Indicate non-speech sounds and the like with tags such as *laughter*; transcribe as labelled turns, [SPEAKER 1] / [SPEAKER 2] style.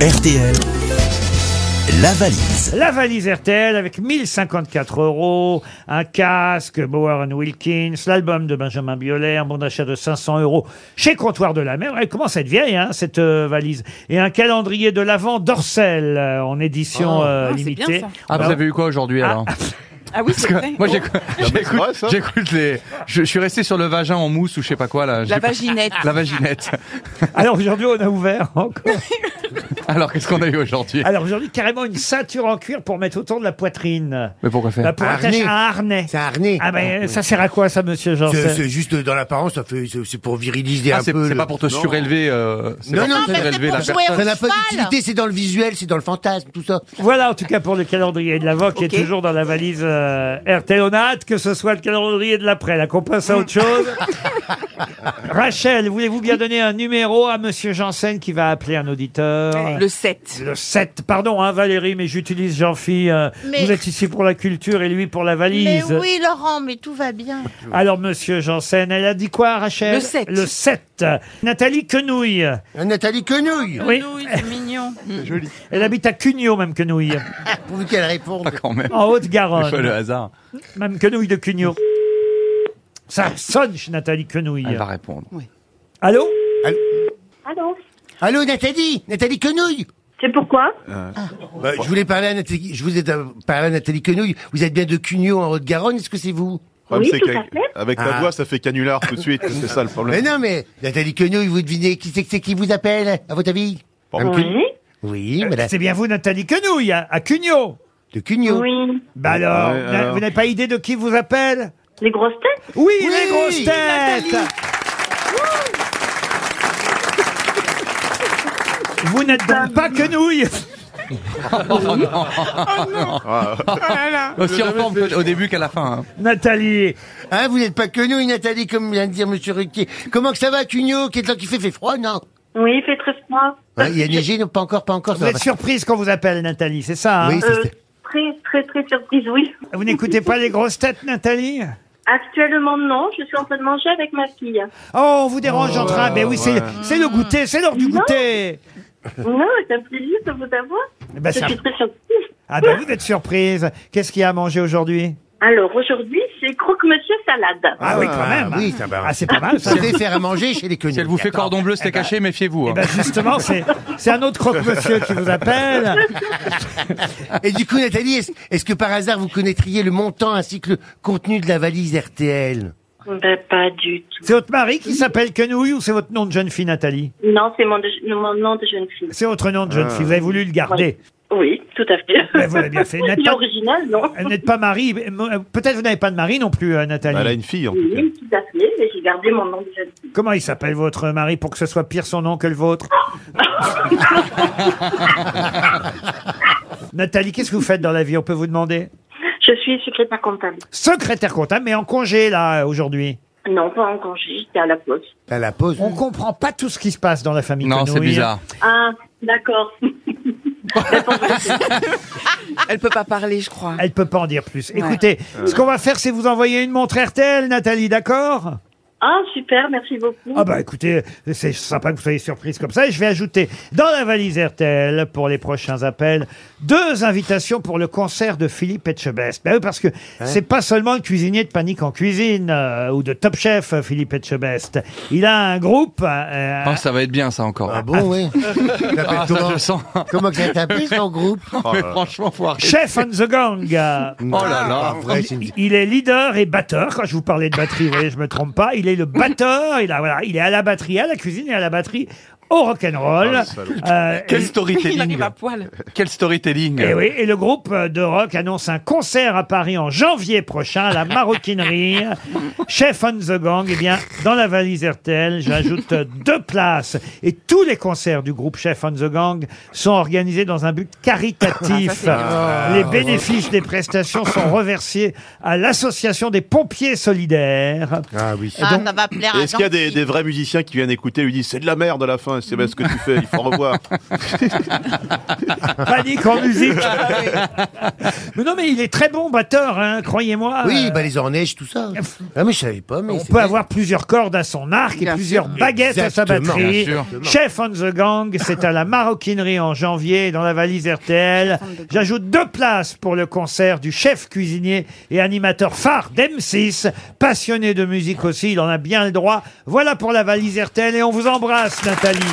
[SPEAKER 1] RTL, la valise.
[SPEAKER 2] La valise RTL avec 1054 euros, un casque Bower Wilkins, l'album de Benjamin Biolay, un bon d'achat de 500 euros chez Comptoir de la Mer. Elle commence à être vieille, hein, cette euh, valise. Et un calendrier de l'Avent d'Orcel euh, en édition euh,
[SPEAKER 3] Oh. c'est bien
[SPEAKER 2] limitée.
[SPEAKER 3] ça.
[SPEAKER 4] Ah, vous avez eu quoi aujourd'hui alors
[SPEAKER 3] Ah oui, c'est vrai.
[SPEAKER 4] Moi j'écoute, j'écoute- j'écoute les. Je, je suis resté sur le vagin en mousse ou je sais pas quoi là.
[SPEAKER 3] La
[SPEAKER 4] J'ai-
[SPEAKER 3] vaginette.
[SPEAKER 5] Ah,
[SPEAKER 4] La vaginette.
[SPEAKER 2] *laughs* Alors aujourd'hui, on a ouvert encore.
[SPEAKER 3] *laughs*
[SPEAKER 4] Alors qu'est-ce qu'on a eu aujourd'hui
[SPEAKER 2] Alors aujourd'hui, carrément une ceinture en cuir pour mettre autour de la poitrine.
[SPEAKER 4] Mais pourquoi
[SPEAKER 2] Bah,
[SPEAKER 4] faire
[SPEAKER 2] pour
[SPEAKER 6] Un
[SPEAKER 2] attacher
[SPEAKER 6] harnais.
[SPEAKER 2] un harnais.
[SPEAKER 6] C'est un harnais.
[SPEAKER 2] Ah ben, ça sert à quoi ça, monsieur
[SPEAKER 6] C'est
[SPEAKER 2] Janssen
[SPEAKER 6] c'est juste dans l'apparence, ça fait- c'est c'est pour viriliser
[SPEAKER 4] Ah,
[SPEAKER 6] un
[SPEAKER 4] c'est,
[SPEAKER 6] peu.
[SPEAKER 4] c'est
[SPEAKER 6] le- Ah,
[SPEAKER 4] pas pour te surélever. euh, c'est
[SPEAKER 6] Non,
[SPEAKER 4] pas
[SPEAKER 6] non,
[SPEAKER 4] pour
[SPEAKER 6] mais c'est
[SPEAKER 4] surélever
[SPEAKER 7] pour
[SPEAKER 4] la
[SPEAKER 7] jouer
[SPEAKER 4] personne.
[SPEAKER 6] Ça n'a pas
[SPEAKER 7] Cheval.
[SPEAKER 6] d'utilité, c'est dans le visuel, c'est dans le fantasme, tout ça.
[SPEAKER 2] Voilà en tout cas pour le calendrier de l'avant qui est toujours dans la valise euh, RTL. On a hâte que ce soit le calendrier de l'après, là qu'on passe à autre chose. Rachel, voulez-vous bien donner un numéro à Monsieur Janssen qui va appeler un auditeur
[SPEAKER 3] euh, Le 7.
[SPEAKER 2] Le 7, pardon hein, Valérie, mais j'utilise Jean-Phi. euh,
[SPEAKER 7] Mais-
[SPEAKER 2] Vous êtes ici pour la culture et lui pour la
[SPEAKER 7] Mais
[SPEAKER 2] valise.
[SPEAKER 7] oui, Laurent, mais tout va bien.
[SPEAKER 2] Alors Monsieur Janssen, elle a dit quoi Rachel
[SPEAKER 3] Le sept.
[SPEAKER 2] Le 7. Nathalie Quenouille.
[SPEAKER 6] Euh, Nathalie Quenouille,
[SPEAKER 2] Oui,
[SPEAKER 3] c'est mignon.
[SPEAKER 2] elle habite à Cugnot, même Quenouille,
[SPEAKER 6] pourvu qu'elle réponde.
[SPEAKER 4] Ah, quand même.
[SPEAKER 2] en
[SPEAKER 4] C'est pas le
[SPEAKER 2] Haute-Garonne.
[SPEAKER 4] hasard.
[SPEAKER 2] Même Quenouille de Cugnot. Ça sonne chez Nathalie Quenouille.
[SPEAKER 4] Elle va répondre.
[SPEAKER 2] Allô
[SPEAKER 8] Allô
[SPEAKER 6] Allô, Nathalie Nathalie Quenouille
[SPEAKER 8] C'est pourquoi
[SPEAKER 6] Bah, Je voulais parler à Nathalie, je vous ai euh, parlé à Nathalie Quenouille. Vous êtes bien de Cugnot en Haute-Garonne, est-ce que c'est vous
[SPEAKER 5] Le problème,
[SPEAKER 8] Oui,
[SPEAKER 5] c'est
[SPEAKER 8] tout
[SPEAKER 5] qu'avec-
[SPEAKER 8] à fait.
[SPEAKER 5] Avec
[SPEAKER 6] Ah.
[SPEAKER 5] la voix, ça fait canular tout de
[SPEAKER 6] *laughs*
[SPEAKER 5] suite. C'est ça le
[SPEAKER 6] Mais
[SPEAKER 5] problème.
[SPEAKER 6] non, mais Nathalie Quenouille, vous devinez qui c'est que c'est qui vous appelle, à votre avis
[SPEAKER 5] Pardon.
[SPEAKER 8] Oui.
[SPEAKER 6] Oui, madame.
[SPEAKER 2] Euh, C'est bien vous, Nathalie Quenouille, à, à Cugnot.
[SPEAKER 6] De Cugnot.
[SPEAKER 8] Oui.
[SPEAKER 2] Bah alors,
[SPEAKER 5] Ouais,
[SPEAKER 2] vous n'a-
[SPEAKER 5] alors.
[SPEAKER 2] vous n'avez pas idée de qui vous appelle
[SPEAKER 8] Les grosses têtes
[SPEAKER 2] oui,
[SPEAKER 6] Oui,
[SPEAKER 2] les grosses têtes Vous n'êtes donc pas Quenouille *laughs*
[SPEAKER 4] Aussi Oh, en forme au début qu'à la fin. hein.
[SPEAKER 2] Nathalie
[SPEAKER 6] Hein, vous n'êtes pas Quenouille, Nathalie, comme vient de dire Monsieur Ruquier. Comment que ça va, Cugnot Qu'est-ce qu'il fait Fait froid, non
[SPEAKER 8] Oui, il fait très froid.
[SPEAKER 6] Hein, Il y a neigé, non Pas encore, pas encore. ça
[SPEAKER 2] Vous
[SPEAKER 6] va.
[SPEAKER 2] êtes surprise qu'on vous appelle Nathalie, c'est ça hein
[SPEAKER 6] Oui,
[SPEAKER 8] Euh,
[SPEAKER 6] c'est-
[SPEAKER 8] très, très, très surprise, oui.
[SPEAKER 2] Vous n'écoutez pas les grosses têtes, Nathalie
[SPEAKER 8] Actuellement, non, je suis en train de manger avec ma fille.
[SPEAKER 2] Oh, on vous dérange en train. Mais oui, c'est c'est le goûter, c'est l'heure du
[SPEAKER 8] Non.
[SPEAKER 2] goûter.
[SPEAKER 8] Non, c'est un plaisir de vous avoir.
[SPEAKER 2] Eh ben,
[SPEAKER 8] je
[SPEAKER 2] ça-
[SPEAKER 8] suis très surprise.
[SPEAKER 2] Ah ben, vous êtes surprise. Qu'est-ce qu'il y a à manger aujourd'hui
[SPEAKER 8] Alors, aujourd'hui, c'est croque-monsieur salade.
[SPEAKER 2] Ah oui, quand même.
[SPEAKER 6] oui, ça va.
[SPEAKER 2] Ah, c'est pas mal ça.
[SPEAKER 6] Ça fait faire à manger chez les Quenouilles.
[SPEAKER 4] Si elle vous fait
[SPEAKER 6] D'accord.
[SPEAKER 4] cordon bleu, c'est caché, méfiez-vous. hein.
[SPEAKER 2] Eh ben, justement, c'est c'est un autre croque-monsieur qui vous appelle.
[SPEAKER 6] Et du coup, Nathalie, est-ce est-ce que par hasard vous connaîtriez le montant ainsi que le contenu de la valise RTL
[SPEAKER 8] Ben, pas du tout.
[SPEAKER 2] C'est votre mari qui s'appelle Quenouille ou c'est votre nom de jeune fille, Nathalie
[SPEAKER 8] Non, c'est mon, de- mon nom de jeune fille.
[SPEAKER 2] C'est votre nom de jeune fille. Vous avez voulu le garder.
[SPEAKER 8] Oui, tout à fait.
[SPEAKER 2] Ben, vous l'avez bien fait.
[SPEAKER 8] *laughs* Il est
[SPEAKER 2] Nathalie,
[SPEAKER 8] original, non
[SPEAKER 2] vous n'êtes pas mari. mais, euh, Peut-être vous n'avez pas de mari non plus, euh,
[SPEAKER 4] Bah,
[SPEAKER 2] Nathalie.
[SPEAKER 5] Bah, Elle a une fille en tout cas.
[SPEAKER 8] Oui, tout à fait, mais j'ai gardé mon nom de jeune fille.
[SPEAKER 2] Comment il s'appelle votre mari pour que ce soit pire son nom que le
[SPEAKER 8] *laughs*
[SPEAKER 2] vôtre Nathalie, qu'est-ce que vous faites dans la vie On peut vous demander
[SPEAKER 8] Je suis secrétaire comptable.
[SPEAKER 2] Secrétaire comptable, mais en congé là aujourd'hui.
[SPEAKER 8] Non, pas en congé, j'étais à la poste.
[SPEAKER 6] À la pause.
[SPEAKER 2] On comprend pas tout ce qui se passe dans la famille.
[SPEAKER 4] Non, c'est
[SPEAKER 2] Quenouille.
[SPEAKER 4] bizarre.
[SPEAKER 8] Ah, d'accord. *laughs*
[SPEAKER 3] Elle peut pas parler, je crois.
[SPEAKER 2] Elle peut pas en dire plus. Écoutez, ce qu'on va faire, c'est vous envoyer une montre RTL, Nathalie, d'accord
[SPEAKER 8] Ah, super, merci beaucoup.
[SPEAKER 2] Ah bah écoutez, c'est sympa que vous soyez surprise comme ça. Et je vais ajouter dans la valise RTL pour les prochains appels deux invitations pour le concert de Philippe Etchebest. Ben oui, parce que c'est pas seulement le cuisinier de Panique en cuisine euh, ou de Top Chef, euh, Philippe Etchebest. Il a un groupe. euh,
[SPEAKER 4] Oh, ça va être bien ça encore.
[SPEAKER 6] Ah bon, oui.
[SPEAKER 4] Ah, ça, je
[SPEAKER 6] comment,
[SPEAKER 4] le sens.
[SPEAKER 6] comment que ça t'appelle son groupe
[SPEAKER 4] *laughs* Mais franchement, faut arrêter.
[SPEAKER 2] Chef on the Gang. euh,
[SPEAKER 4] Oh là là.
[SPEAKER 6] Ah, vrai, c'est une-
[SPEAKER 2] Il- Il est leader et batteur. Quand je vous parlais de batterie, vous voyez, je me trompe pas. Il est le batteur. Il, a, voilà, il est à la batterie, à la cuisine et à la batterie au rock'n'roll.
[SPEAKER 5] Ah, le salaud.
[SPEAKER 2] Euh,
[SPEAKER 4] Quel
[SPEAKER 3] Il
[SPEAKER 4] storytelling
[SPEAKER 3] arrive à poil.
[SPEAKER 4] Quel storytelling
[SPEAKER 2] et, Eh oui, et le groupe de rock annonce un concert à Paris en janvier prochain à la
[SPEAKER 3] *laughs*
[SPEAKER 2] Maroquinerie. Chef on the Gang, eh bien, dans la valise RTL, j'ajoute deux places. Et tous les concerts du groupe Chef on the Gang sont organisés dans un but
[SPEAKER 3] Ah, ça,
[SPEAKER 2] caritatif.
[SPEAKER 3] c'est bien.
[SPEAKER 2] Les bénéfices des prestations sont reversés à l'association des pompiers solidaires.
[SPEAKER 6] Ah oui.
[SPEAKER 7] Ah, ça va plaire
[SPEAKER 5] Et
[SPEAKER 7] à
[SPEAKER 5] est-ce qu'il y a des,
[SPEAKER 6] Ah,
[SPEAKER 7] Jean-Philippe.
[SPEAKER 5] des vrais musiciens qui viennent écouter et lui disent c'est de la merde à la fin hein, c'est bien ce que tu fais, il faut revoir.
[SPEAKER 2] Panique en musique.
[SPEAKER 3] Ah
[SPEAKER 2] mais non, mais il est très bon batteur, hein, croyez-moi.
[SPEAKER 6] Oui,
[SPEAKER 2] Euh,
[SPEAKER 6] bah les orneiges, tout ça. Ah mais je savais pas, mais
[SPEAKER 2] On
[SPEAKER 6] c'est
[SPEAKER 2] peut
[SPEAKER 6] vrai.
[SPEAKER 2] avoir plusieurs cordes à son arc et
[SPEAKER 3] Bien
[SPEAKER 2] plusieurs
[SPEAKER 3] sûr.
[SPEAKER 2] baguettes à sa
[SPEAKER 6] Exactement.
[SPEAKER 2] batterie.
[SPEAKER 4] Bien sûr.
[SPEAKER 2] Chef on the Gang, c'est à la maroquinerie en janvier dans la valise RTL. J'ajoute deux places pour le concert du chef cuisinier et animateur phare d'M6. Passionné de musique aussi, il en a bien le droit. Voilà pour la valise RTL et on vous embrasse Nathalie.